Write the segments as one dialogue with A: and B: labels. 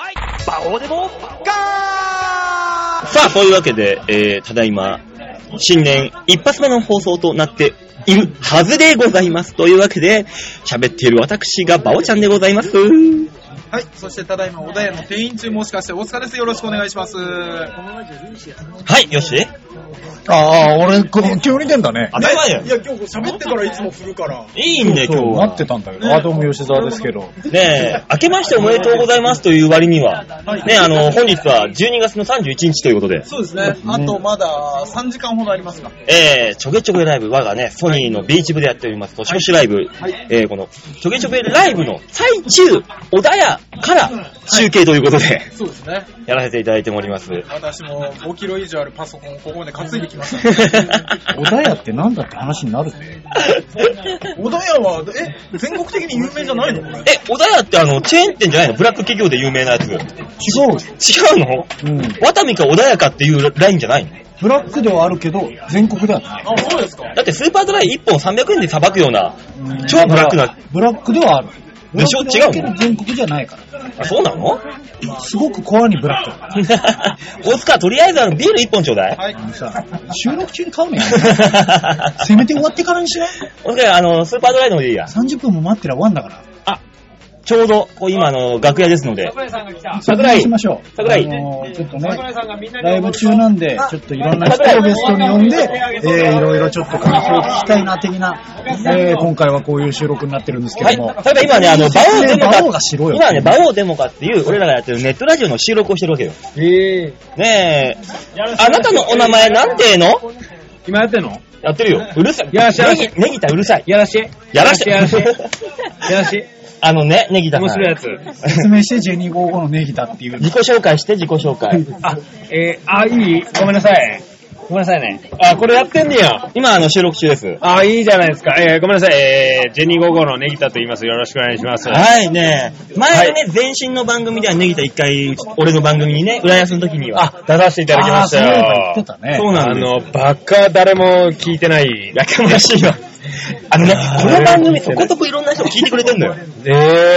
A: ここでも、ガー
B: さあ、そういうわけで、えー、ただいま、新年一発目の放送となっているはずでございます。というわけで、喋っている私がバオちゃんでございます。
C: はい、そしてただいま、小田屋の店員中、もしかして大塚です。よろしくお願いします。あ、
B: はい、よし。
D: ああ、俺、こ急に出んだね。
B: 当たり前だよ。
C: や、今日喋ってからいつも振るから。
B: いいんだよ、今日は。
D: 待ってたんだけど。あ、どうも吉沢ですけ ど。
B: ねえ、明けましておめでとうございますという割には、ねえ、あの、本日は12月の31日ということで、
C: そうですね。あとまだ3時間ほどありますか。
B: えー、ちょげちょげライブ、我がね、ソニーのビーチ部でやっております、年越しライブ、
C: い
B: えー、この、ちょげちょげライブの最中、小田屋から中継ということで、
C: そうですね。
B: やらせていただいております。
C: 私も5キロ以上あるパソコンをここまで担いできま した、ね。
D: 小田屋ってなんだって話になるね。
C: 小田屋は、え、全国的に有名じゃないのこれ。
B: え、小田屋ってあの、チェーン店じゃないのブラック企業で有名なやつ。違う
D: 違う。
B: の
D: うん。
B: ワタミか小田屋かっていうラインじゃないの
D: ブラックではあるけど、全国ではない。
C: あ、そうですか。
B: だってスーパードライ1本300円で捌くような、超ブラック
D: だ
B: な
D: か、らブラックではある。
B: でしょ
D: ブラック
B: 違う
D: ではあるけど全国じゃないか
B: あ、そうなの
D: ら。すごくコアにブラックだか
B: 大塚、とりあえずあの、ビール1本ちょうだい。
C: はい
D: ら。。あのさ、収録中に買うのや
B: 大
D: せめて終わってからにしない
B: 塚、あの、スーパードライの方でいいや。
D: ?30 分も待ってら終わんだから。
B: あ、ちょうど、こう今、あの、楽屋ですので。
A: 桜井さんが来た。
B: 桜井
D: それにしましょう。
B: 桜井
D: あのーちょっとね、
A: 桜井さんがみんなに
D: ライブ中なんで、ちょっといろんな人をゲストに呼んで、えー、いろいろちょっと感想を聞きたいな、的な、えー、今回はこういう収録になってるんですけ
B: は
D: ど
B: い。
D: も。
B: ただ今ね、あの、バオーデモ
D: バオ
B: カ
D: がしろ、よ
B: 今ね、バオーデモカっていう、俺らがやってるネットラジオの収録をしてるわけよ。
E: ええ
B: ねえ、あなたのお名前なんてえの
E: 今やってんの
B: やってるよ。うるさい。
E: やらしやらし
B: ネギネギタうるさい。
E: やらし
B: やらして
E: やらしやらし
B: あのね、ネギタさん。
E: 面白いやつ。
D: 説明して、ジェニー55のネギだっていう。
B: 自己紹介して、自己紹介。
E: あ、えー、あ、いいごめんなさい。ごめんなさいね。あ、これやってんねや。
B: 今、あの、収録中です。
E: あ、いいじゃないですか。えー、ごめんなさい。えー、ジェニー55のネギタと言います。よろしくお願いします。
B: はいね。前ね、前身の番組ではネギタ一回、うち俺の番組にね、浦安の時には。
E: あ、出させていただきましたよ。
D: あーそういえば言ってたね。
B: そうな
E: あ
B: んです。
E: の、バカ誰も聞いてない。
B: やかましいわ。あのね、この番組、そこそこいろんな人が聞いてくれてんのよ。
E: え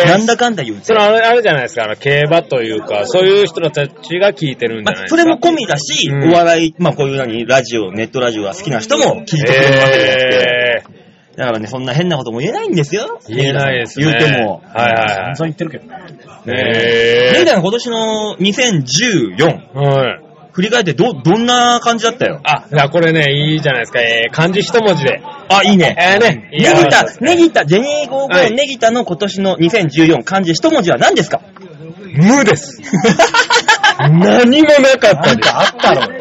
B: な
E: ー、
B: んだかんだ言う
E: そ
B: て。
E: のあれ、あれじゃないですか。あの、競馬というか、そういう人たちが聞いてるんじ
B: まあ、
E: ゃないですか。
B: それも込みだし、
E: う
B: お
E: ん
B: 笑い、まあこういう何、ラジオ、ネットラジオが好きな人も聞いてくれるわけでして。
E: えー、
B: だからね、そんな変なことも言えないんですよ。
E: 言えないですね。
B: 言うても。
E: はいはい
D: そう言ってるけどね。
E: はい。
B: ネ
E: え
B: ギタの今年の2014、
E: ー。はい。
B: 振り返ってど、どんな感じだったよ。
E: あ、じゃあこれね、いいじゃないですか。えー、漢字一文字で。
B: あ、いいね。
E: えーね、いい
B: ネギタ、
E: ね。
B: ネギタ、ジェニー55、
E: はい
B: ネギタの今年の2014漢字一文字は何 ですか
E: 無です。何もなかった
D: なん
E: です。
D: かあったろ。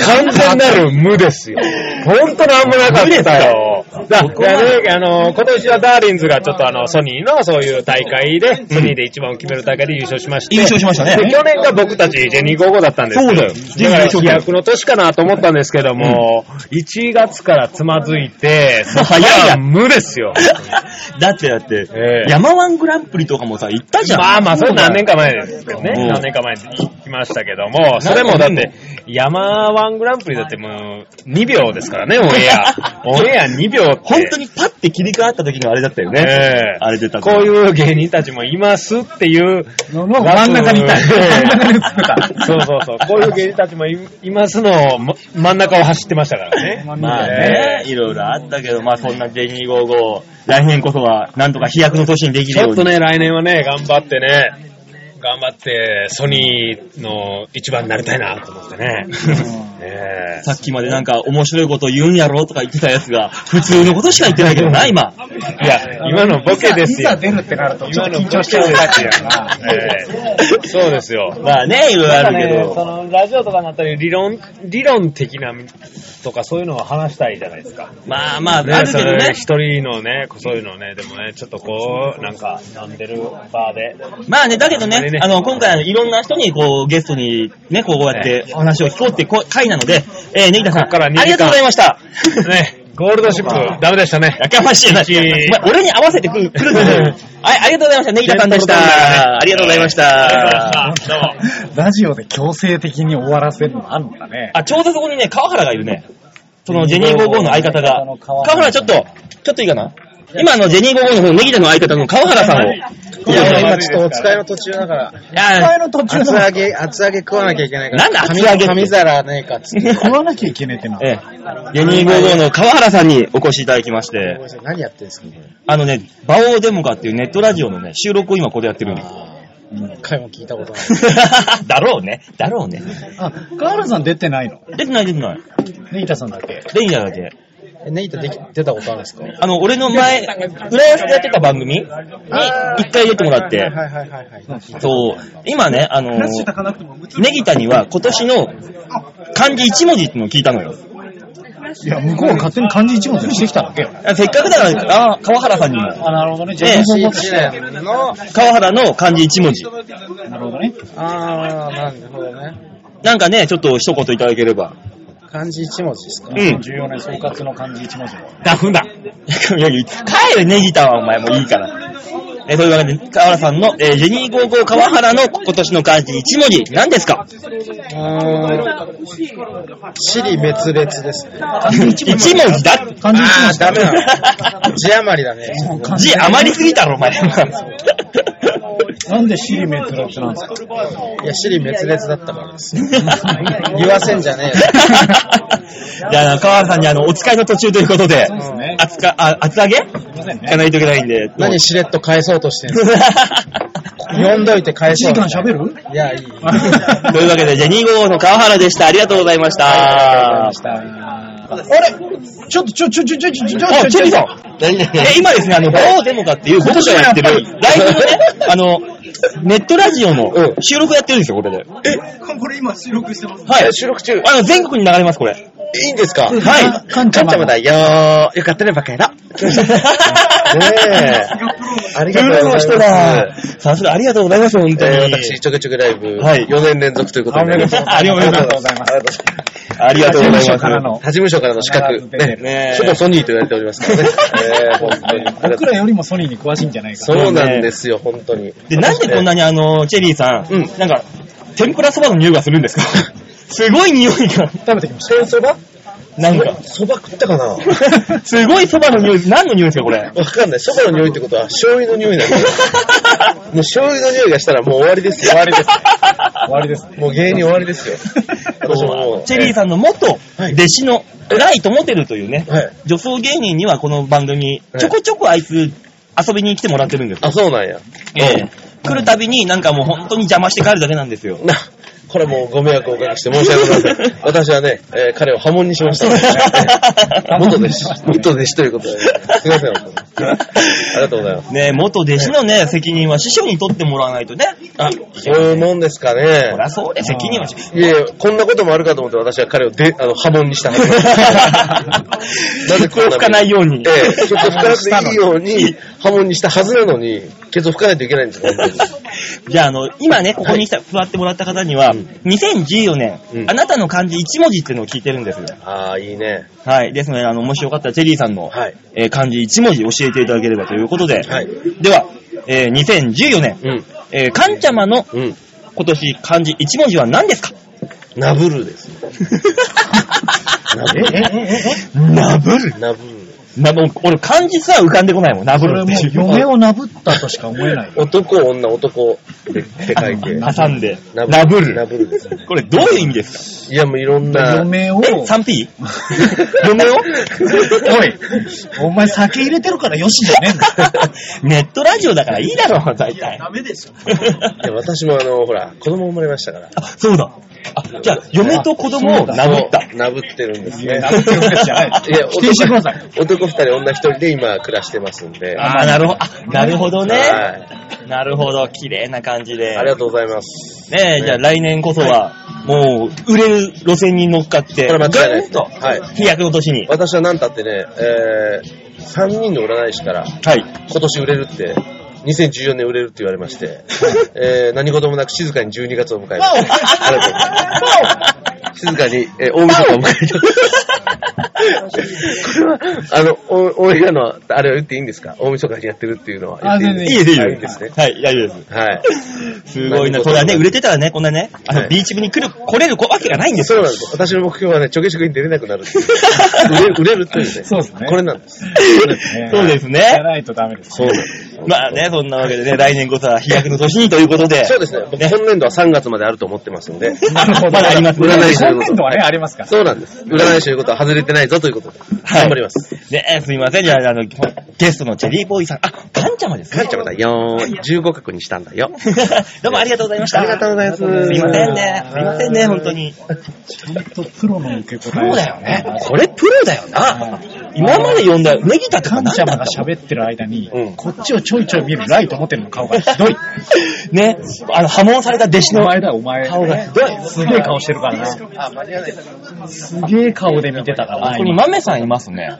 E: 完全なる無ですよ。本当なんもなかったよ。だ
B: こまで
E: だねあの、今年はダーリンズがちょっとあの、ソニーのそういう大会で、ソニーで一番を決める大会で優勝しまして。
B: 優勝しましたね
E: で去年が僕たちジェニー55だったんです
B: そうだよ
E: だから飛躍の年かなと思ったんですけども、1月からつまずいて、そこ
B: 早い
E: は
B: な
E: 無ですよ。
B: だってだって、
E: ええ
B: 山ワングランプリとかもさ、行ったじゃん。
E: まあまあ、それ何年か前ですけどね。
B: うん
E: 何年か前に行きましたけども、それもだって、山ワングランプリだってもう、2秒ですからね、オンエア。オンエア2秒って。
B: 本当にパッて切り替わった時のあれだったよね。
E: ええ
B: あれ出た
E: こういう芸人たちもいますっていう。
D: のの真ん中にいた。
E: え
D: 真ん中に映ってた。
E: えそうそうそう。こういう芸人たちもいいますの、ま真ん中を走ってましたからね。
B: まあね、いろいろあったけど、まあそんなジェニー55、来年こそはなんとか飛躍の年にでき
E: ち
B: るよう
E: ょ
B: に。
E: っとね、来年はね、頑張ってね、頑張って、ソニーの一番になりたいなと思ってね。ええ
B: さっきまでなんか面白いこと言うんやろとか言ってたやつが、普通のことしか言ってないけどな、今。
E: いや、今のボケですよ
D: いざ。出るってなると、ちょ
E: 今
D: っと
E: の
D: 緊
E: ボケで
D: 張し
E: す
D: ちゃ
E: よ
D: うタイプやな。
E: ええ そうですよ。
B: まあね、いろいろあるけ
E: そ
B: ど。
E: のラジオとかになったり、理論、理論的なとかそういうのを話したいじゃないですか。
B: まあまあ、あるけ
E: そ
B: ど
E: れ
B: ね。
E: 一人のね、そういうのをね、でもね、ちょっとこう、なんか、飲んでるバーで。
B: まあね、だけど
E: あれ
B: ね
E: ね、
B: あの、今回あの、いろんな人に、こう、ゲストに、ね、こうやってお話を聞こうってこう回なので、えー、ネギタさん、
E: ここから
B: あ
E: 二
B: り
E: 時間
B: がとうございました。
E: ね、ゴールドシップ、ダメでしたね。
B: やかましいな。
E: し
B: お前俺に合わせてくる、くるんだよはい、ありがとうございました。ネギタさんでした。ありがとうございまし
E: あ
B: た。
E: りがとうございました。どうも。
D: ラジオで強制的に終わらせるのあるんだね。
B: あ、ちょうどそこにね、川原がいるね。その、ジェニー55の相方が。川原ちょっと、ちょっといいかな今、あの、ジェニー55の方のネギタの相方の川原さんを。
E: いや、今ちょっとお使いの途中だから、
F: 前の途中
E: 厚
F: だ
E: 揚げ、厚揚げ食わなきゃいけないから。
B: なんだ厚揚げって
E: 紙皿ねえかっつって。
F: 食わなきゃいけねえってな。
B: ええ、ジェニー55の川原さんにお越しいただきまし
E: ごめん
B: て、
E: なさい何やってんですか、これ。
B: あのね、バオーデモカっていうネットラジオのね、収録を今これやってるんです。
E: 一回も聞いたことない。
B: だろうね。だろうね。
F: あ、河原さん出てないの
B: 出てない出てない。
F: ネギタさんだけ。
B: レイヤーだけ。
E: えネギタでき出たことあるんですか
B: あの、俺の前、浦安でやってた番組に一回出てもらって、
E: はいはいはいはい。
B: そう、今ね、あの、
C: フラッシュ炊かなくても、
B: ネギタには今年の漢字1文字ってのを聞いたのよ。
F: いや、向こうが勝手に漢字一文字にしてきただけよ。
B: あせっかくだから、あ川原さんにも。
F: あ、なるほどね。じ
B: ゃあええ
E: 新知念の、
B: 川原の漢字1文字。
F: なるほどね。
E: あー、なるほどね。
B: なんかね、ちょっと一言いただければ。
E: 漢字一文字ですか
B: うん。
F: 14年総括の漢字一文字を。
B: ダフだ。帰れ、ネギタはお前もういいから。えーというわけで、川原さんの、えージェニー55川原の今年の漢字1文字、何ですか
E: うーん。 地理滅裂ですね。
B: ?1 文字だ って。
F: 漢字一
E: あ
F: 文
E: ー、
F: 字
E: ダメだ。字余りだね。
B: 字余りすぎた ろ、お前。
F: なんでシリメントだってなんですか
E: いや、地理滅裂だったからですよ。言わせんじゃね
B: じゃあ、川原さんにあの、お使いの途中ということで、
E: す
F: ね
B: 厚か、あ、厚揚げ
F: すいません
B: 行か
F: ね。
B: ないといけないんで。
E: 何しれっと返そうとしてんの呼んどいて返
F: 1
E: そう
F: 時
E: みた
F: 間
E: いな。
F: 喋る
E: いや、いい。
B: というわけで、ジェニー号の川原でした。ありがとうございました。
F: ちょっと、ちょ、ちょ、ちょ、ちょ、ちょ、ちょ、
B: あ、
F: ち
B: チェ
F: ょ、
B: リー
F: ち
B: さ
F: ょ、
B: んえ、今ですね、あの、バオーデモカっていう僕がやってる、ライブのね、あの、ネットラジオの収録やってるんですよ、これで。
C: え、これ今収録してます。
B: はい。収録中。あの、全国に流れます、これ。
E: いいんですか
F: うん
B: はい。
F: カンちゃま
E: カンちゃまだよー。よかったね、バカやな。
B: ね
E: あり
B: え。
E: がとうございます。
B: さすがありがとうございます、本当に。
E: えー私、ちょくちょくライブ、
B: はい
E: 4年連続ということで。
F: ありがとうございます
E: ありがとうございます。
B: ありがとうござい
F: 他事務所から
B: ま
F: の
E: 他事務所からの資格、
F: 必ず出て
E: ね
F: る
B: ねえ
E: ちょっとソニーと言われておりますからね。 えー本当にありがと
F: 僕
E: う
F: らよりもソニーに詳しいんじゃないかな。
E: そうなんですよ、本当に。
B: す。で、なんでこんなにあの、チェリーさん、
E: うん
B: なんか、天ぷらそばの匂いがするんですか すごい匂いが、
F: 食べてきまし
E: そば
B: なんか、
E: そば食ったかなわ
B: すごいそばの匂い、何の匂いですか、これ。
E: かんない。そばの匂いってことは、醤油の匂いなんだよ。 もう醤油の匂いがしたらもう終わりですよ。終わりです。
F: た。終わりですね。
E: もう芸人終わりですよ。私ももう
B: チェリーさんの元弟子の、ライトモテルというね、
E: はい。
B: 女装芸人にはこの番組、ちょこちょこあいつ遊びに来てもらってるんですよ
E: あ、。そうなんや。
B: ええ来るたびになんかもう本当に邪魔して帰るだけなん ですよ。
E: な、これもうご迷惑をおかけして申し訳ござ いません。私はね、えー彼を破門にしま した。元弟子、元弟子ということで、すいません、本当にありがとうございます。
B: ねえ、元弟子のね、責任は師匠に取ってもらわないとね。
E: あ、そういうもんですか
B: そりゃ
E: ね。
B: そうで、責任はし。
E: いやいや、こんなこともあるかと思って私は彼をで、あの、破門にしたはずなんで
B: これ吹か ないように。
E: ええ、ちょっと吹かなくていいように、破門にしたはずなのに、ケツを吹かないといけないんですよ、本
B: じゃあ、あの、今ね、ここにさ座ってもらった方には、2014年、
E: うん
B: あなたの漢字1文字っていうのを聞いてるんですよ。
E: ああ、いいね。
B: はい。ですので、あの、もしよかったら、チェリーさんの、
E: はい
B: えー漢字1文字教えていただければということで、
E: はい
B: では、えー2014年、
E: うん。
B: えー、かんちゃまの
E: うん。
B: 今年漢字1文字は何ですか
E: ナブルですね。ナブ
B: ナブ
E: ル。
B: ル
E: ナブル。
B: なもう俺漢字すら浮かんでこないもん、ナブ
F: こ
B: ル
F: れ
B: っ
F: も
B: て
F: う
B: いう
F: 嫁をなぶったとしか思えない。
E: 男、女、男でって書いて。
B: 挟んで、
E: ナブル
B: ナブル。
E: ナブルですね。
B: これどういう意味です
E: いや、もういろんな。
F: 嫁を、
B: かえ ?3P? 嫁 を
F: おい、お前酒入れてるからよしじゃねえんだ。
B: ネットラジオだからいいだろ、大体。
C: ダメでしょ。
E: いや私もあの、ほら、子供生まれましたから。
B: あ、そうだ。あ、じゃあ、嫁と子供を名乗った。
E: なぶってるんですね。
F: なぶってるんですじゃない
E: いや、
F: 否定してください
E: 男男二人、女一人で今暮らしてますんで。
B: あー、なるほど。あ、なるほどね。
E: は
B: なるほど。綺麗な感じで。
E: ありがとうございます。
B: ねえ、じゃあ来年こそは、もう、売れる路線に乗っかって、
E: これ間違いない
B: ガンと
E: はい、
B: 飛躍の年に。
E: 私は何たってね、えー、3人の占い師から、
B: はい。
E: 今年売れるって、2014年売れるって言われまして、えー、何事もなく静かに12月を迎えました。ありがとうございます。静かに、えー、大晦日を迎えてます。
G: あの、お俺らの、あれを言っていいんですか大晦日にやってるっていうのは言っていいん
B: い
G: で
B: い
G: す
B: です、いい
G: か。
B: です。
G: ね。
B: はい、大丈夫です。
G: はい。
B: すごいな。これはね、売れてたらね、こんなね、あ
G: は
B: の、
G: い
B: ビーチ部に来る、来れるわけがないんです
G: そう
B: よ。
G: なんです。私の目標はね、ちょけしょけに出れなくなるっていう。売れる、売れるっていうね。
D: そうですね
G: これなんです。
D: ね
B: そうですね
D: じゃないとダメです
G: そ
D: ね。
G: うなんです。
B: まあね、そんなわけでね、来年こそは飛躍の年にということで。
G: そうですね。僕、今年度は3月まであると思ってますんで。
D: なるほど。
B: まだありますね
D: 今年度はね、ありますから。
G: そうなんです。占い師ということは外れてないぞということで。
B: はい
G: 頑張ります。
B: ね、すいません。じゃあ、あの、ゲストのチェリーボーイさん。あ、カンちゃまです
G: か
B: ね。
G: っちゃんまたよーい、15画にしたんだよ。
B: どうもありがとうございました。
G: ありがとうございま
B: す
G: す
B: いませんね。すいませんね、本当に。
D: ちゃんとプロの受け答え。
B: プロだよね。これプロだよな。今まで呼んだネギタと
D: カ
B: か
D: ン
B: 何
D: ち
B: だ
D: ゃ
B: ったの
D: まが喋ってる間に、
G: うん
D: こっちをちょいちょい見るライト持ってるの顔がひどい。
B: ね、あの、破門された弟子
D: お
B: の
D: 前だ、お前。
B: 顔がひどい。
D: すげえ顔してるからな。すげえ顔で見てたからな、
B: ここに
D: 今。
B: 豆さんいますね。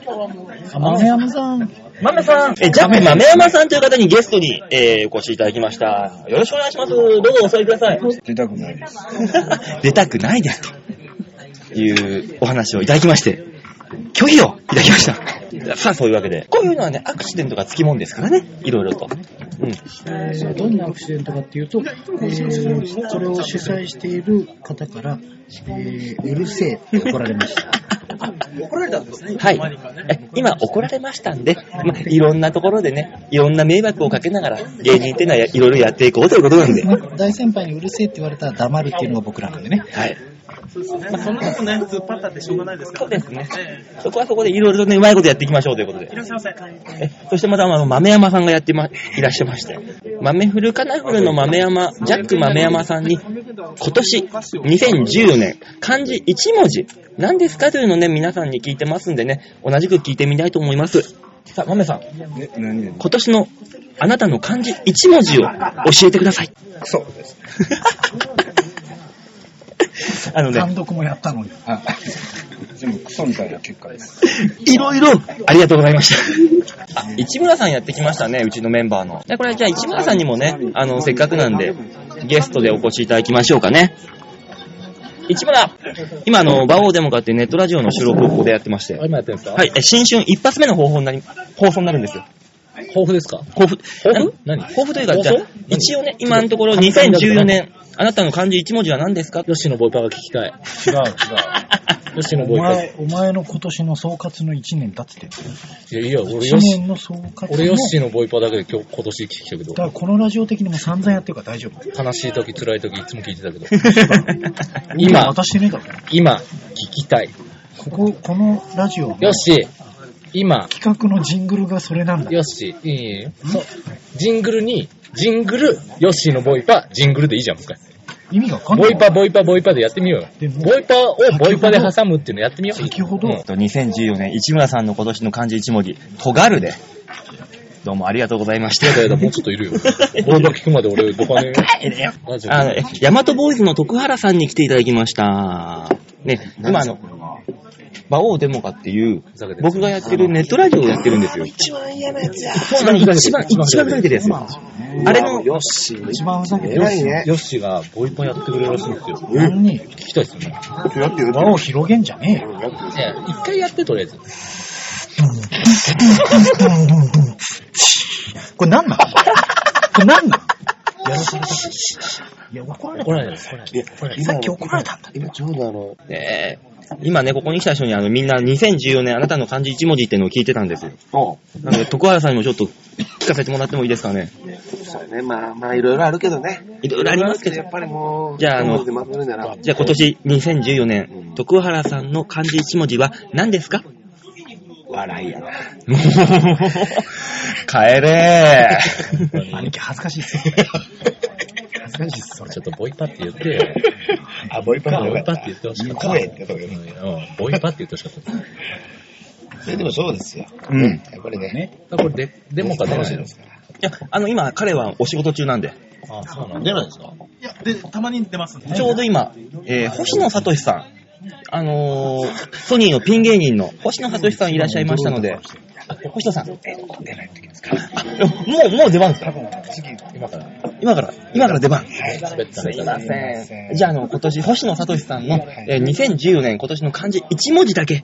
D: 豆山さん。
B: 豆さん。え、ジャック豆山さんという方にゲストに、えー、お越しいただきました。よろしくお願いします。どうぞお座りください。出たくないです。 出たくないです。というお話をいただきまして、拒否をいただきました。さあ、そういうわけで。こういうのはね、アクシデントがつきもんですからね。いろいろと。うん。
F: どんなアクシデントかっていうと、えーそれを主催している方から、えーうるせえって怒られました。
B: はい。え今怒られましたんで、まあ、いろんなところでね、いろんな迷惑をかけながら、芸人っていうのはやいろいろやっていこうということなんで。 は
F: 大先輩にうるせえって言われたら黙るっていうのが僕らなんでね。
B: い。
C: そうですね。まあ、そんなことね、突っ張ったってしょうがないですから。
B: そうです
C: え
B: そこはそこでいろいろとね、うまいことやっていきましょうということ
C: えい
B: で。
C: らっしゃいませ。
B: えそしてまた、あの、豆山さんがやってま、いらっしゃいまして。豆フルカナフルの豆山、ジャック豆山さんに、今年、2014年、漢字1文字、何ですかというのをね、皆さんに聞いてますんでね、同じく聞いてみたいと思います。さあ、豆さん、今年のあなたの漢字1文字を教えてください。
F: クソです。
B: あのね
D: 単、独もやったのに。
F: でもクソみたいな結果です。
B: いろいろありがとうございました。あ、 市村さんやってきましたね、うちのメンバーの。で、これじゃあ市村さんにもね、あの、せっかくなんで、ゲストでお越しいただきましょうかね。市村今あの、バオーデモカっていうネットラジオの収録をここでやってまして。
G: 今やってるんですか
B: はい、え新春一発目の方法になり、放送になるんですよ。
G: 豊富ですか
B: 抱負。
G: 抱負
B: な
G: 何
B: 抱負というか、
G: 放
B: じ
G: 送
B: ゃあ一応ね、今のところ2014年、あなたの漢字1文字は何ですか吉野ボイパが聞き たい。
D: 違う違
G: 吉野
D: う。お前、お前の今年の総括の1年だっつって。
G: いや、いや、俺
D: 1年の総括の。
G: のボイパだけで今日、今年聞きたけど
D: だからこのラジオ的にも散々やってるから大丈夫。
G: 悲しい時、辛い時、いつも聞いてたけど。
D: 今渡してねえだろ。
G: 今、聞きたい。
D: ここ、このラジオの
G: よし、今、
D: 企画のジングルがそれなんだ。
G: よし、いいよ。そうジングルに、ジングル、ヨッシーのボイパ、ジングルでいいじゃん、もう一回。
D: 意味がわかんな
G: ボ
D: い。
G: イパ、ボイパ、ボイパでやってみようよ
D: でも。
G: ボイパをボイパで挟むっていうのやってみよう。
D: 先ほど
G: うん
B: えっと2014年、市村さんの今年の漢字一文字、とがるで。どうもありがとうございました。
G: やだやだ、もうちょっといるよ。ボイパ聞くまで俺、どかね
B: 帰れよ
G: マジで
B: あの、えヤマトボーイズの徳原さんに来ていただきました。ね、今あの、馬王デモカっていう
G: ざけて、る
B: 僕がやってるネットラジオをやってるんですよ。一番嫌なやつや。一番、一番ふざけてるやつ。あれの、
G: ヨッシー、
D: 一番ふざけてる
G: ヨッシーヨッシーがボイパやってくれるらしいんですよ。
D: なのに、
G: 聞きたいっすよね。
D: 輪を広げんじゃねえよ。
G: いや一回やって、とりあえず。
D: これなんなんこれなんなんやらされたいや、怒られ
G: 怒
D: た。
G: らないです。怒らない
D: さっき怒られたんだ。
B: ねえ今ね、ここに来た人にあの、みんな2014年あなたの漢字一文字っていうのを聞いてたんですよ。なので、徳原さんにもちょっと聞かせてもらってもいいですかね。
H: ね、まあまあいろいろあるけどね。
B: いろいろありますけど
H: やっ。ぱりもう、
B: じゃああの
H: 一言でまとめるなら、
B: じゃあ今年2014年、徳原さんの漢字一文字は何ですか
H: 笑い やな。
B: 帰れ
D: 兄貴恥ずかしいっすよ。恥ずかしいっす、それ。
G: ちょっとボイパって言ってよ。あ、ボイパボイパって言ってほしかった。声って言ったうん、ボイパって言ってほしかった。
I: でもそうですよ。
B: うん。い
I: やっぱりね。
G: だからこれデ、デモか出ないの
B: や、あの今彼はお仕事中なんで、
G: あ、そうなの
I: 出ないですか
C: いや、で、たまに出ますんでね。
B: ちょうど今、えー、星野聡さん、あのー、ソニーのピン芸人の星野聡さんいらっしゃいましたので、あ星野さん、あもう、もう出番ですか
G: 今から
B: 今から、今から出番。
G: 滑ったらいいかな。
B: じゃあ、あの、今年、星野聡さんの、えー2014年今年の漢字1文字だけ、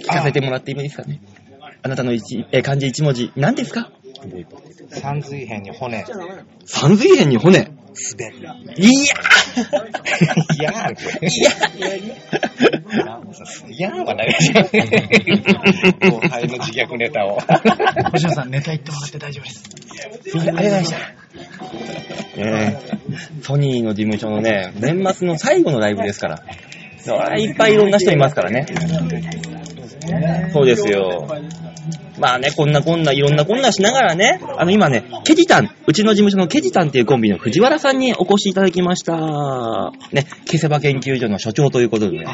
B: 聞かせてもらってもいいですかね。あなたの一、えー漢字一文字、何ですか
I: 三髄辺に骨、
B: 三髄辺に骨。
I: 滑る。
B: い
I: いやー、これ。
B: やいや
I: いやーはないじゃん。後輩の自虐ネタを。
D: 星野さん、ネタ言ってもらって大丈夫です。
B: ありがとうございました。ええソニーの事務所のね、年末の最後のライブですから。そりゃいっぱいいろんな人いますからね。そうですよ。まあね、こんなこんないろんなこんなしながらね、あの今ね、ケジタン、うちの事務所のケジタンっていうコンビの藤原さんにお越しいただきました。ね、ケセバ研究所の所長ということでね。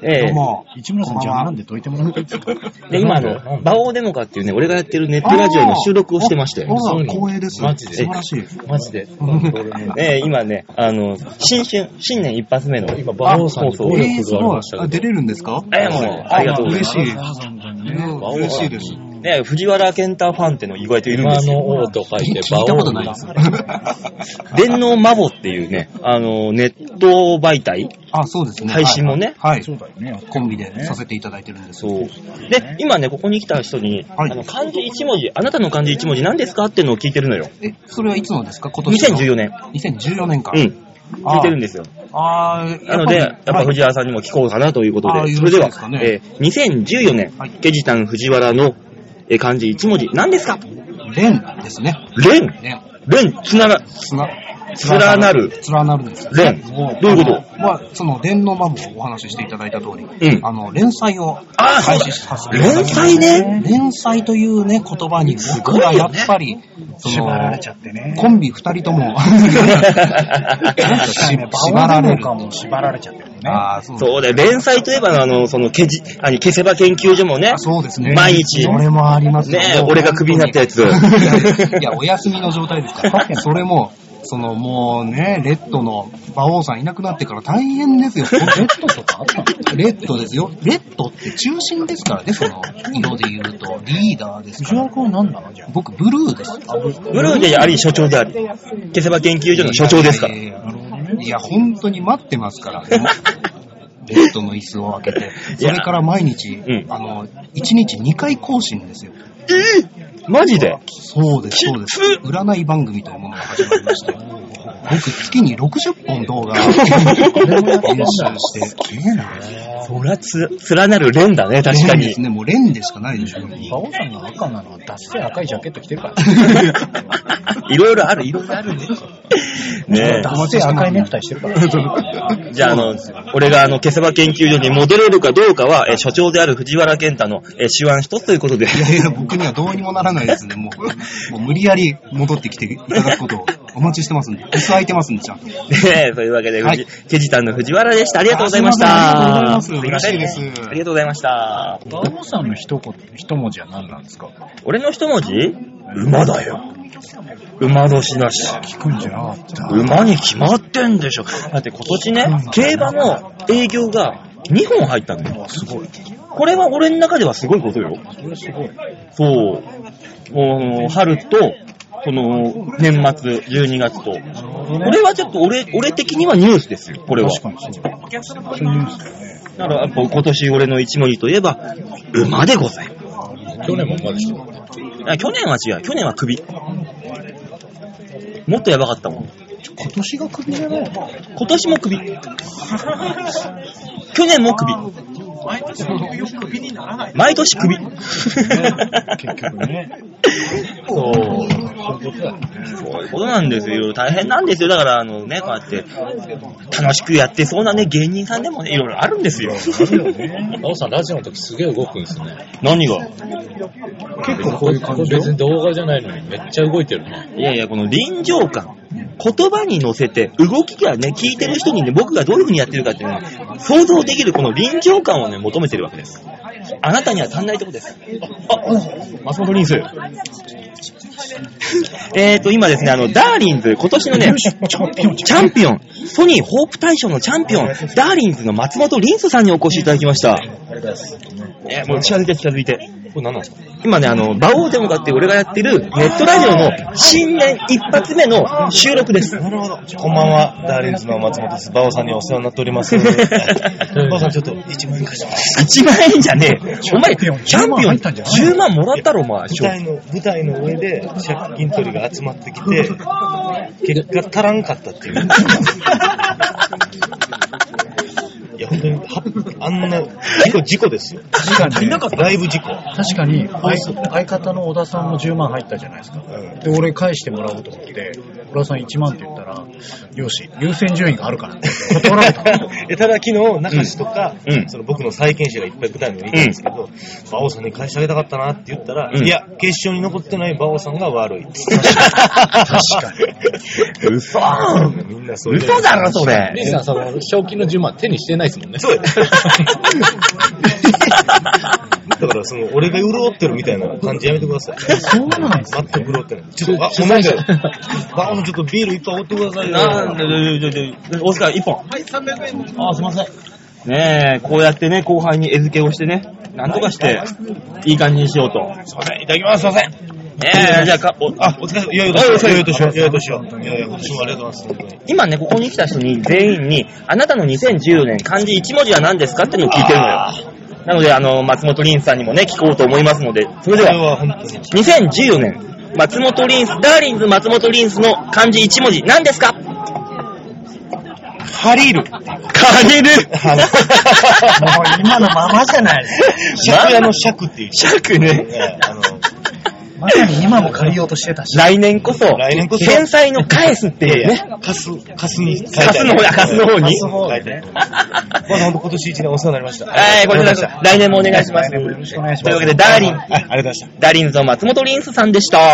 B: ええ
D: もう、市村さん、じゃあなんでどいてもらっていいですか
B: で、今あの、バオーデモカっていうね、俺がやってるネットラジオの収録をしてまして。
D: あら、光栄です。
B: マジで
D: 素晴らしい。
G: マジで。
B: ね、今ね、あの、新春、新年一発目の。
G: 今、 馬王さんに暴力
D: えー、す
G: があり
D: ごい
G: ました。
D: あ
G: け
D: 出れるんですか
B: ええ、もう、ありがとうござい
D: 嬉
B: ます
D: し。い。うん嬉しいです。
B: ね、藤原健太ファンっての意外といる
G: ど、
B: んで
G: 馬
B: すよ。
G: の王と書いて、馬
D: 聞いた
G: 王
D: ことないです。
B: 電脳マボっていうね、あの、ネット媒体
D: あ、そうですね。
B: 配信もね
D: はい。はいコンビでさせていただいてるんです。
B: そう。で、今ね、ここに来た人に、あ
D: はい
B: の、漢字一文字、あなたの漢字一文字何ですかってのを聞いてるのよ。
D: え、それはいつのですか今年の。
B: 2014年。
D: 2014年か。
B: うん。聞いてるんですよ。
D: あー
B: なので、やっぱ
D: はい
B: 藤原さんにも聞こうかなということ
D: あー
B: で、
D: よ
B: そ
D: ろ
B: れで
D: しいで
B: は
D: すかね、
B: えー2014年
D: はい、
B: ケジタン藤原のえー漢字一文字何ですか
D: レンですね。
B: レン
D: レン。
B: レンつな が、
D: つな、
B: 連なる。
D: 連なるんです。
B: レン
D: も
B: どういうこと
D: あのまあ、その、電脳マブをお話ししていただいた通り、
B: うん
D: あの、連載を
B: あー
D: 開始させていただ
B: 連
D: きま
B: 載ね
D: した。連載というね、言葉に僕らやっぱり、その、コンビ二人 とも、縛られる。
I: 縛られちゃってるね。
D: ああ、そう
B: そうだよ、連載といえば、あの、その、けじ、あの、けせば研究所もね、
D: そうですね。
B: 毎日
D: それもありますよ
B: ねえ
D: もう
B: 俺がクビになったやつ
D: いやいや、お休みの状態で すから。それも、そのもうね、レッドの馬王さんいなくなってから大 変ですよ。レッドとかレッドですよ。レッドって中心ですからね、その、色で言うと。リーダーですから。なんだ僕、ブルーです。
B: ブルーであり、所長であり、けせば研究所の所長ですから
D: い。やいやいやいや、本当に待ってますから。レッドの椅子を開けて、それから毎日、
B: うん
D: あの、1日2回更新ですよ。
B: マジで
D: そうです、そうです。占い番組というものが始まりま して、僕、月に60本動画を編集して、
B: そりゃつ、連なる連だね、確か
D: そう
B: に
D: です。ね、もう連でしかないでしょうね。
I: 馬王さんが赤なのは、ダッセー赤いジャケット着てるから。
B: いろいろある、いろいろあるね。ね
I: ダッセー赤いネクタイしてる から。
B: え。じゃあ、あの、俺があの、けせば研究所に戻れるかどうかは、えー所長である藤原健太の、えー手腕一つということで。
D: いやいや、僕にはどうにもならないですね。もう、もう無理やり戻ってきていただくことをお待ちしてますんで、椅子空いてますんで、ちゃんと。あり
B: ねえ、というわけで、
D: はい
B: 藤ケジタンの藤原でした。ありがとうございまし
D: あ
B: た。
D: すいませんありがとうご
B: すいま
D: ざいます嬉しいで
B: せん
D: す
B: ありがとうございました。
I: 馬王さんの一言、一文字は何なんですか
B: 俺の一文字馬だよ。馬年だし。
I: 聞くんじゃなかった。
B: 馬に決まってんでしょ。だって今年ね、競馬の営業が2本入ったのよ。すごい。これは俺の中ではすごいことよ。それすごい。そう。もう、春と、この、年末、12月と。これはちょっと俺、俺的にはニュースですよ、これは。
I: 確かにそう。そういうニュースだよね。
B: だからやっぱ今年俺の一文字といえば、馬でございます。
G: 去年も馬でした。
B: あ去年は違う。去年は首。もっとやばかったもん。
I: 今年が首じゃないの
B: 今年も首。去年も首。
C: 毎年僕よく気にならない。
B: 毎年首。
I: 結局ね。
B: そう。そういうことなんですよ。大変なんですよ。だから、あのね、こうやって、楽しくやってそうなね、芸人さんでもね、いろいろあるんですよ。
G: 馬王さん、ラジオの時すげえ動くんですね。
B: 何が
G: 結構こういう感じ別に動画じゃないのにめっちゃ動いてるな。
B: いやいや、この臨場感。言葉に乗せて、動きがね、聞いてる人にね、僕がどういう風にやってるかっていうのは、想像できるこの臨場感をね、求めてるわけです。あなたには足んないとこです。あ、松本リンス。えーと、今ですね、あの、ダーリンズ、今年の ね、チャンピオン、ソニーホープ大賞のチャンピオン、ダーリンズの松本リンスさんにお越しいただきました。えもう近づいて近づいて。これ何なんですか今ね、あの、馬王で向かって俺がやってるネットラジオの新年一発目の収録です。
G: なるほど。こんば んは、ダーリンズの松本です。バオさんにお世話になっております。バオさん、ちょっと1万円貸してもらっ
B: 1
G: て
B: 万円じゃねえよ。お前、チャンピオン10万もらったろ、お前。
G: 舞台の、舞台の上で借金取りが集まってきて、結果足らんかったっていう。 いや、本当に、はあんな、事故、事故ですよ。
F: 確かに、
G: ライブ事故。
F: 確かに相、相方の小田さんも10万入ったじゃないですか。で、俺返してもらおうと思って、小田さん1万って言ったら、よし、優先順位があるからって断られたの。
G: えただ昨日、中志とか、
B: うんうん
G: その僕の債権者がいっぱい舞台にいたんですけど、馬王さんに返してあげたかったなって言ったら、
B: うん
G: いや、決勝に残ってない馬王さんが悪いって。
B: 嘘
G: みんなそういう。
B: 嘘だろ、それ。
I: リーさん、その、賞金の10万手にしてないですもんね。
G: そうよ。だから、その、俺が潤ってるみたいな感じやめてください。
F: そうなんです
G: 全く潤ってない。ちょっと、あ、ごめんなさい。馬王さん、ちょっとビール一杯おってください
B: なんで、
G: よ。
B: ででで大塚一本。
C: はい、300円です。
B: あ、すいません。ねえ、こうやってね、後輩に餌付けをしてね、なんとかして、いい感じにしようと。
G: すいません、いただきます、すいません。
B: ねえ、じゃあか、お
G: あ、お疲れ様。いやいや、どうしよう。いやいや、どうしよう。いやいや、どうしよう。いやいや、今年もありがとうございます。本当に
B: 今ね、ここに来た人に全員に、あなたの2014年漢字1文字は何ですかってのを聞いてるのよ。なので、あの、松本凛さんにもね、聞こうと思いますので、それで
G: これ
B: は、
G: は本当に。
B: 2014年、松本凛ス、ダーリンズ松本凛スの漢字1文字、何ですか
G: ハリール。
B: カニ ル
F: もう今のままじゃない
G: 借家の借っていう。
B: 尺ね。
G: ねあの、
F: まさに今も借りようとしてたし。
B: 来年こそ、
G: 来年こそ
B: 天才の返すっていうね。
G: カス、カスに書いてある。
B: カスの方やカスの方に
G: カスの方書いてある。まあ、ほんと今年一年お世話になりました。
B: はい、これで
G: ありがとうございました
B: 来年もお願いします。とい
F: よろしくお願いしま
B: う
F: す
B: わけで、ダーリン、
G: はい、ありがとうございまし
B: ダーリンズの松本リンスさんでした。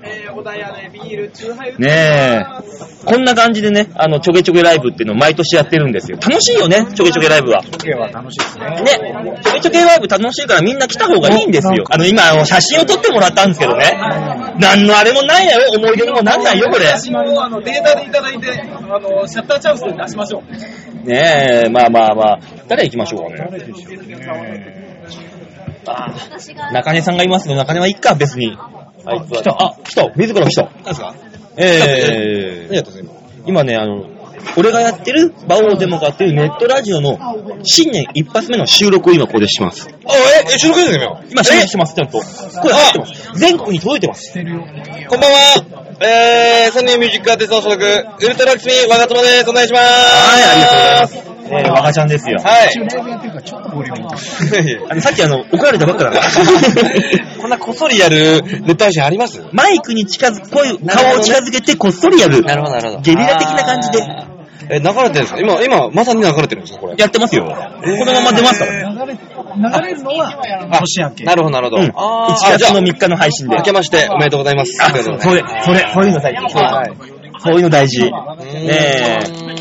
C: えー、お題やね、ビール、チューハイ売って
B: ねえ
C: ます。。
B: こんな感じでね、あの、ちょげちょげライブっていうのを毎年やってるんですよ。楽しいよね、ちょげちょげライブは。
F: 時計は楽しいですね。
B: ね、ちょげちょげライブ楽しいからみんな来た方がいいんですよ。あの、今、あの写真を撮ってもらったんですけどね。何のあれもないやろ、思い出にもなんないよ、これ。
C: 私もあのデータでいただいて、あのシャッターチャンスで出しましょう。
B: ねえ、まあまあまあ、誰行きましょうかね。ああ中根さんがいますけど、中根はいっか、別に。あいつは。来た、あ、来た、自ら来た。何ですかええありがとうございます。今ね、あの、俺がやってる、バオーデモカっていうネットラジオの新年一発目の収録を今ここでします。
G: た。あ、え、え、収録ですね、今。
B: 今収録してます、ちゃんと。声入ってます。全国に届いてます。
G: こんばんは。えー、サニーミュージックアーティストの所属、ウルトラクスミ、若友です。お願いしまーす。
B: はい、ありがとうございます。えー、若ちゃんですよ。
G: はい。
B: あのさっきあの、怒られたばっかだ から。
G: こんなこっそりやるネット配信あります
B: マイクに近づく、声を、顔を近づけてこっそりやる。
G: なるほど、なるほど。
B: ゲリラ的な感じで
G: で。え、流れてるんですか今、今、まさに流れてるんですかこれ。
B: やってますよ。このまま出ますからね。
F: 流れるのは年明け。
G: なるほど、なるほ
B: う
G: ど。
B: ん。1
G: あー
B: 月の3日の配信で。
G: 明けまして、おめでとうございます。
B: あ、そう、それ、それ、そういうの大事。そうそういうの大事。ねえ。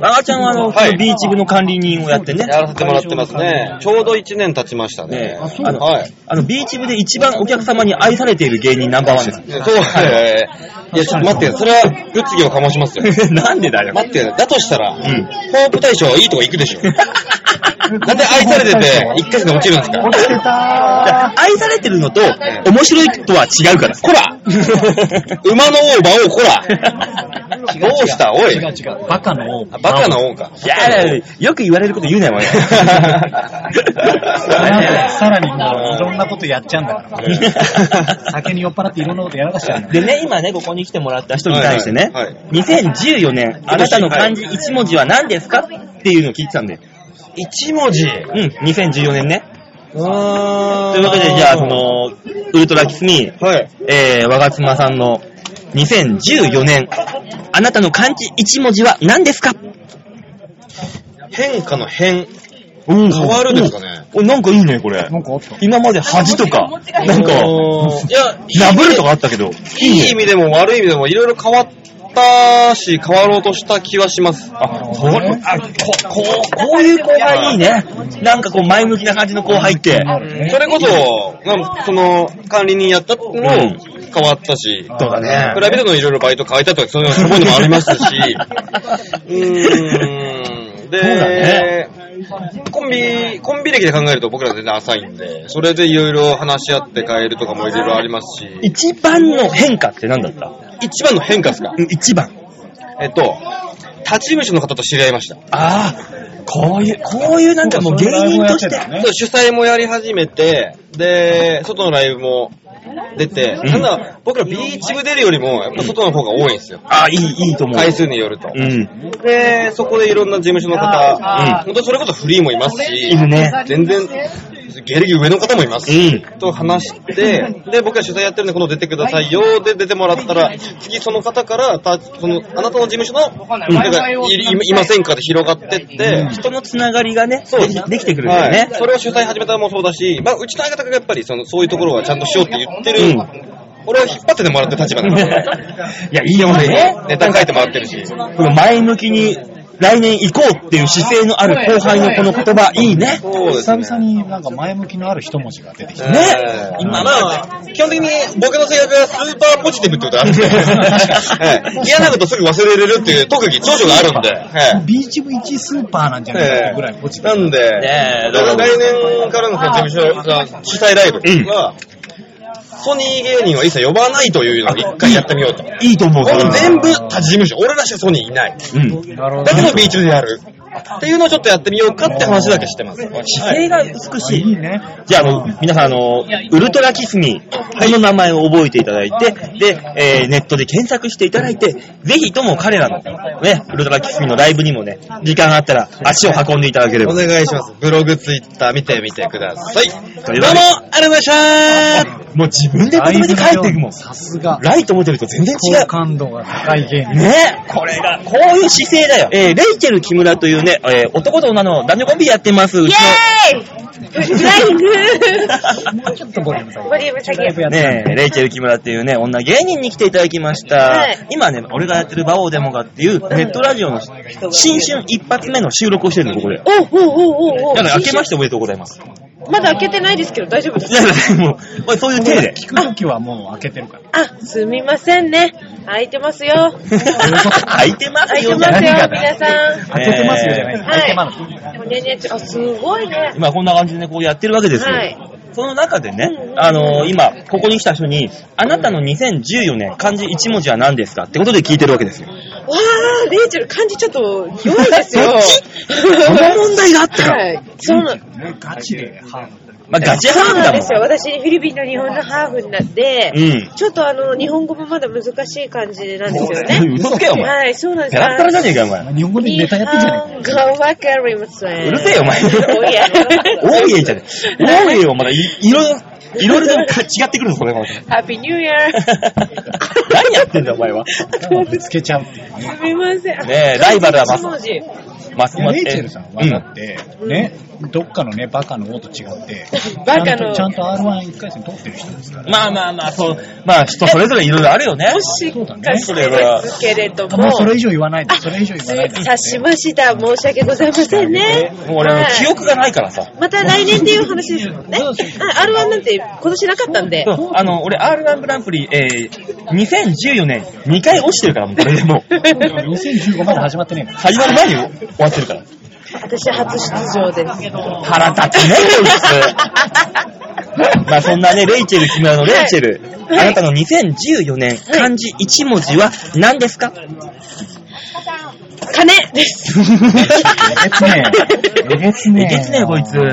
B: わがちゃんはあの、
G: はい
B: ビーチ部の管理人をやってね。
G: やらせてもらってますね。ちょうど1年経ちました
B: ねえ
G: ね。
B: あの
G: はい。
B: あの、ビーチ部で一番お客様に愛されている芸人ナンバーワンです。
G: そう、えーいや、ちょっと待ってよ。それは、物議を醸しま すよ。
B: なんでだよ。
G: 待ってよ。だとしたら、
B: ん
G: ホープ大賞いいとこ行くでしょ。なんで愛されてて、1回しか落ちるんですか
F: 落ちてた
B: 愛されてるのと、面白いとは違うから。こら
G: 馬の王、馬王、こらどうしたおい
F: 違う違う。バカの王。
G: あバカな王か。
B: いやよく言われること言うなよ、 俺。
F: さらにもういろんなことやっちゃうんだから。酒に酔っ払っていろんなことやらかしちゃうんだ
B: でね、今ね、ここに来てもらった人に対してね、
G: はいはいは
B: 2014年、あなたの漢字1文字は何ですかっていうのを聞いてたんだよ。
G: 1文字。
B: うん、2014年ね。
G: うーん
B: というわけで、じゃあ、そ、の、ウルトラキスミー、
G: はい。
B: えー、わがつまさんの2014年、あなたの漢字1文字は何ですか
G: 変化の変。
B: 変
G: 変わるですかね。
B: お、なんかいいね、これ。
F: なんかあった
B: 今まで恥とか、なんか、
G: いや、
B: ダブルとかあったけど。
G: いい意味でも悪い意味でもいろいろ変わったし、変わろうとした気はします。あ、
B: こあここうこういう後輩いいね。なんかこう前向きな感じの後輩って。
G: それこそ、なんかその、管理人やったのも
B: うん
G: 変わったし、
B: そうだね
G: プライベートのいろいろバイト変えたとか、 そういうのもありましたし、うーん、
B: そうだ
G: で、コンビ、コンビ歴で考えると僕ら全然浅いんで、それでいろいろ話し合って変えるとかもいろいろありますし、
B: 一番の変化って何だった
G: 一番の変化ですか
B: うん一番。
G: えっと、他事務所の方と知り合いました。
B: ああ、こういう、こういうなんかもう芸人として。
G: そう主催もやり始めて、で、外のライブも出て、ただ僕らビーチ部出るよりも、やっぱ外の方が多いんですよ。
B: ああ、いい、いいと思う。
G: 回数によると。
B: うん。
G: で、そこでいろんな事務所の方、本当それこそフリーもいますし、
B: いるね
G: 全然、芸歴上の方もいます。
B: うん。
G: と話して、で、僕が取材やってるんで、この出てくださいよ、で出てもらったら、次その方から、たその、あなたの事務所の、なんかいいいませんかで広がってって、
B: 人のつながりがね、
G: そう
B: できできてくるんだよね
G: はい。それを主催始めたのもそうだし、まあ、うちの相方がやっぱりその、そういうところはちゃんとしようって言ってる、
B: うん
G: 俺は引っ張っててもらってる立場なんで、
B: いや、いいよね。
G: ネタ書いてもらってるし。
B: この前向きに来年行こうっていう姿勢のある後輩のこの言葉、いいね。
G: そうです
F: 久
G: ね。
F: 々になんか前向きのある一文字が出てきた。
G: ね今まあ、基本的に僕の性格がスーパーポジティブっ てことあるんで、はい嫌なことすぐ忘れれるっていう特技、長所があるんで、はい
F: ビーチ部一スーパーなんじゃないかってぐらいポジティ
G: な
F: ブ。
G: んで、
B: ねえ
G: だから来年からの事務所が主催ライブは、ソニー芸人は一切呼ばないというのを一回やってみようと。
B: いいと思う。
G: この全部他事務所、俺らしかソニーいない。
B: うん。
F: なるほ
G: だけどビーチでやる。っていうのをちょっとやってみようかって話だけしてます。
B: 姿勢が美し
F: いい
B: い。
F: ね。
B: じゃあ、あの、皆さん、あの、ウルトラキスミー、この名前を覚えていただいて、で、えーネットで検索していただいて、ぜひとも彼らの、ね、ウルトラキスミーのライブにもね、時間があったら足を運んでいただければ。
G: お
B: どうも、
G: 願いします。ブログ、ツイッター見てみてください。
B: ありがとうございましたもう自分でまとめて帰っていくもん。
F: さすが。
B: ライト持ってると全然違
F: 好
B: う。
F: 感度が高い芸人。
B: ねこれが、こういう姿勢だよ。えーレイチェル木村というね、えー男と女の男女コンビやってます。うちの。
F: ちょっとボリューム下げ
J: ボリューム下げ
F: だいぶやって
B: ねえ、レイチェル木村っていうね、女芸人に来ていただきました。
J: はい
B: 今ね、俺がやってるバオーデモガっていうネットラジオの新春一発目の収録をしてるの、ここで。
J: おうおうおうおうおう
B: だから明けましておめでとうございます。
J: まだ開けてないですけど大丈夫で
B: いや、
J: すか
B: もう、おいそういう体で。
F: 聞くときはもう開けてるから。
J: あ、すみませんね。開いてますよ。
B: 空いてます
J: 開い
B: よ、
J: てますよ、
F: 何が
J: 皆さん。
F: 開けてますよじゃない
J: えー
F: 開いてます。
J: おねねちあ、すごいね。
B: 今こんな感じでねこうやってるわけですよ。
J: はい
B: その中でね、あのー今、ここに来た人に、あなたの2014年漢字1文字は何ですかってことで聞いてるわけですよ。
J: わー、レイチェル、漢字ちょっと弱いですよ。
B: その問題があった
J: は
B: よ。
J: い。そうな
F: ガチでハード。
B: まあ、ガチハ
J: そう
B: ーン
J: な
B: だ
J: ん
B: も
J: ですよ。
B: ん。
J: 私、フィリピンの日本のハーフになって、
B: うん
J: ちょっとあの、日本語もまだ難しい感じなんですよね。
B: 嘘つけよ、お前。
J: はい、そうなんです
B: や
J: よ。
B: らったらじゃねえかよ、お前。
F: 日本語でネタやってんじゃないか。
J: 日本語わかりません。
B: うるせえよ、お前。
J: お いや。
B: おいえじゃねえ。おいえよ、まだい、いろいろ、いろいろでもか違ってくるぞ、それは。
J: ハッピーニューイヤー。
B: 何やってんだ、お前は。
F: 頭をぶつけちゃうっていうね。
J: すみません。
B: ねえライバルはま
J: 一文字。
B: マス
F: いや
B: マ
F: レイチェルさんはだ
B: う
F: って、
J: うん
F: ね、どっかのね、バカの王と違って、
J: バカの
F: ちゃんとちゃんと R1 一回戦取ってる人ですから。
B: ん。まあまあまあ、そう、まあ人それぞれいろいろあるよね。
J: し
F: そうだね
J: かしてですけれど
F: も
J: も
F: う、それ以上言わないで、それ以上言わないで。
J: 察しました。申し訳ございませんね。
B: もう俺
J: は
B: は記
J: い
B: 憶がないからさ。
J: また来年っていう話ですもんね。うん R1 なんて今年なかったんで。
B: そうあの、俺 R1 グランプリ、えー、2014年2回落ちてるから、もうこれでもう。
F: 2015まで始まってねえから。
B: 始まる前に終わってるから。
J: 私初出場 です。
B: 腹立つね、 こいつ。まあそんなね、レイチェル、木村のレイチェル、
J: は
B: あ
J: い
B: なたの2014年漢字1文字は何ですか、
J: 金です。
F: えげつ ね
B: え
F: え。
B: げつねえ、こいつ。
J: いや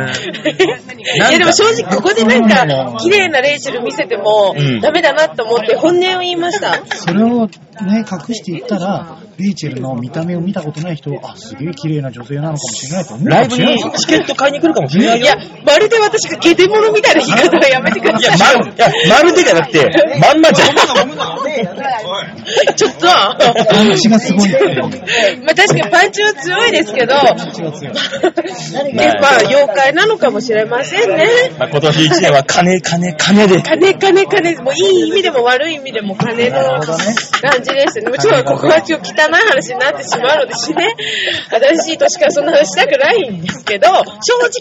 J: でも正直ここでなんか綺麗なレイチェル見せても
B: うん
J: ダメだなと思って本音を言いました。
F: それをね、隠していったら、レイチェルの見た目を見たことない人は、あ、すげえ綺麗な女性なのかもしれないと思うか
B: ライブ
F: もしれない
B: に
F: ですよ。
B: チケット買いに来るかもしれない
J: い
B: よ。
J: や、まるで私がゲテモノみたいな言い方はやめてくだ
B: いや、
J: さ
B: まる、いや、まるでじゃなくて、まんまじゃん。
J: い。ちょっと。
F: パンチがすごいって。
J: まあ確かにパンチは強いですけど、まあ妖怪なのかもしれませんね。
B: まあ今年1年は金、金、金で。
J: 金金金、もういい意味でも悪い意味でも金の感じですね。もちろんここは今日汚い話になってしまうのですね。新しい年からそんな話したくないんですけど、正直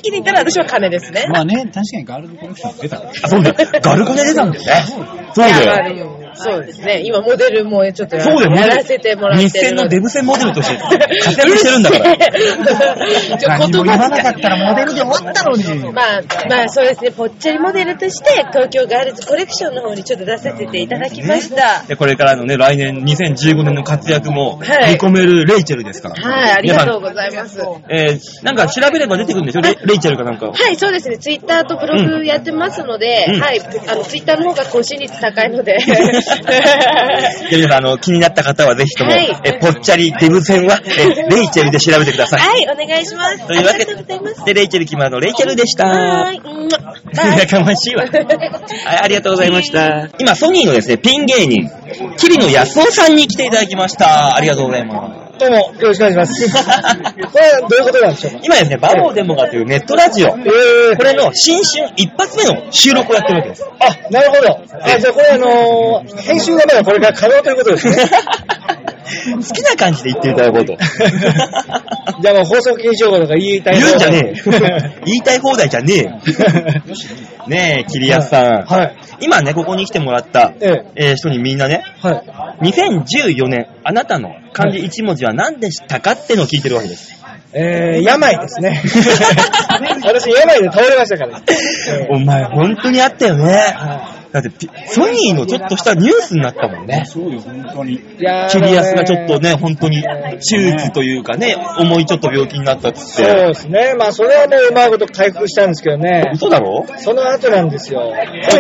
J: に言ったら私は金ですね。
F: まあね、確かにガールズコレクション出たから。
B: あそうだよ。ガルコネ出たんだよね。そう
J: い
B: だ
J: やまあ
B: よ。
J: でもそうですね。今、モデルもちょっとや
B: そうだよモデル
J: らせてもらってる。
B: 日戦のデブ戦モデルとして活躍してるんだか ら。
J: ちょ
F: 何も言
J: 言葉
F: わなかったらモデルで終わったのに。
J: まあ、まあそうですね、ぽっちゃりモデルとして、東京ガールズコレクションの方にちょっと出させていただきました。
B: で、これからのね、来年2015年の活躍も
J: はい
B: 見込めるレイチェルですから。
J: はい、ありがとうございます。は
B: えー、なんか調べれば出てくるんでしょレレイチェルかなんか。
J: い、そうですね、ツイッターとブログやってますので、
B: うん
J: はい、あの、ツイッターの方が更新率高 いので。
B: で、皆さん、あの、気になった方はぜひとも、
J: はい
B: え、ぽっちゃりデブ戦は、え、レイチェルで調べてください。
J: はい、お願いします。あ
B: とい
J: り
B: うわ
J: が
B: け
J: とうございます。
B: で、レイチェルキマのレイチェルでした。
J: はーい、うんバ
B: やかま しいわ。はい、ありがとうございました。今、ソニーのですね、ピン芸人、キリノヤスオさんに来ていただきました。ありがとうござい ます。
I: どうも、よろしくお願いします。これはどういうことなんでしょうか
B: 今ですね、バオーデモガというネットラジオ、こ
I: え
B: れの新春一発目の収録をやってるわけです。
I: ー、あ、なるほど。あ、じゃあこれあのー、編集がまだこれから可能ということですね。
B: 好きな感じで言っていただこう と。
I: じゃあもう放送禁止用語とか言いたい
B: 言うんじゃねえ。言いたい放題じゃねえ よ。ねえ、キリヤスさん。
I: はい。
B: 今ね、ここに来てもらった、
I: ええ
B: えー人にみんなね、
I: はい。
B: 2014年、あなたの漢字1文字は何でしたかってのを聞いてるわけです。
I: えー、病です ね。私、病で倒れましたから。
B: お前、本当にあったよね。だってピ、ソニーのちょっとしたニュースになったもんね。
I: いやー
B: キリヤスがちょっとね、本当に手術というかね、重いちょっと病気になったっつっ
I: そう
B: て。
I: ですね。まあ、それはもううまいこと回復したんですけどね。
B: 嘘だろ
I: その後なんですよ。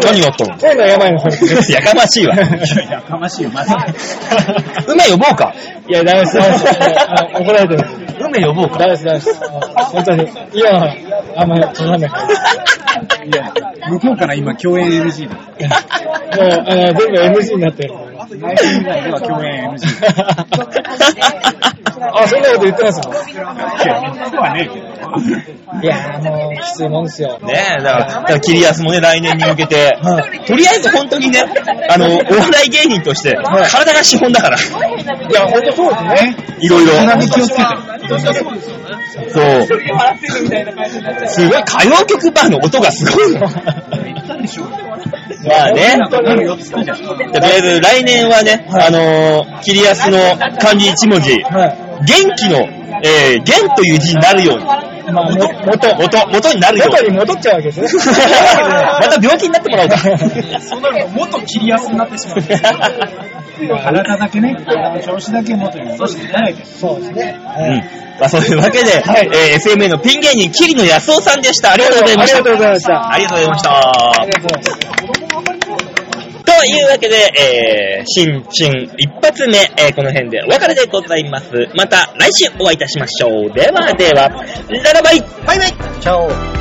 B: 何があったの
I: 恋の病の方ですね。
B: やかましいわ。
F: やかましいよ、マジ
B: 梅呼ぼうか。
I: いや、ダメです、ダメ です。あの怒られてる。
B: 梅呼ぼ うか。
I: ダメです、ダメです。本当に。今は、あんまり届かない。
F: で。いや、向こうから今共演 NG だ。
I: もう、あの、全部 NG になってる。
F: ライブ以外では共演 NG。
I: あ、そんなこと言ってます
F: いや、向こうはねえけど。
I: いやー、もう、きついもんですよ。
B: ねえ、だから、だからキリヤスもね、来年に向けて、とりあえず本当にね、あの、お笑い芸人として、体が資本だから、
I: いや、本当そうですね。
B: いろいろ。
F: 気をつけて。
B: そう。すごい、歌謡曲バーの音がすごいの。まあね。とりあえず来年はね、あのー、キリアスの漢字一文字、元気の、えー、元という字になるように、
I: まあ、も
B: 元、元、元になるよ
I: 元
B: うに。
I: に戻っちゃうわけですね。
B: また病気になってもらおうか。
F: そうなると、もっと切りやすくなっ てしまう。体だけね、調子だけ元に戻してないけど。
I: そうですね。
B: うん。まあそういうわけで、えー SMA のピン芸人、キリノヤスオさんでした。ありがとうございました。
I: ありがとうございました
B: ありがとうございました。
I: ありがとうございます。
B: というわけで、えー、新春一発目、えーこの辺でお別れでございます。また来週お会いいたしましょう。ではでは、ララバイ
I: バイバイチャオ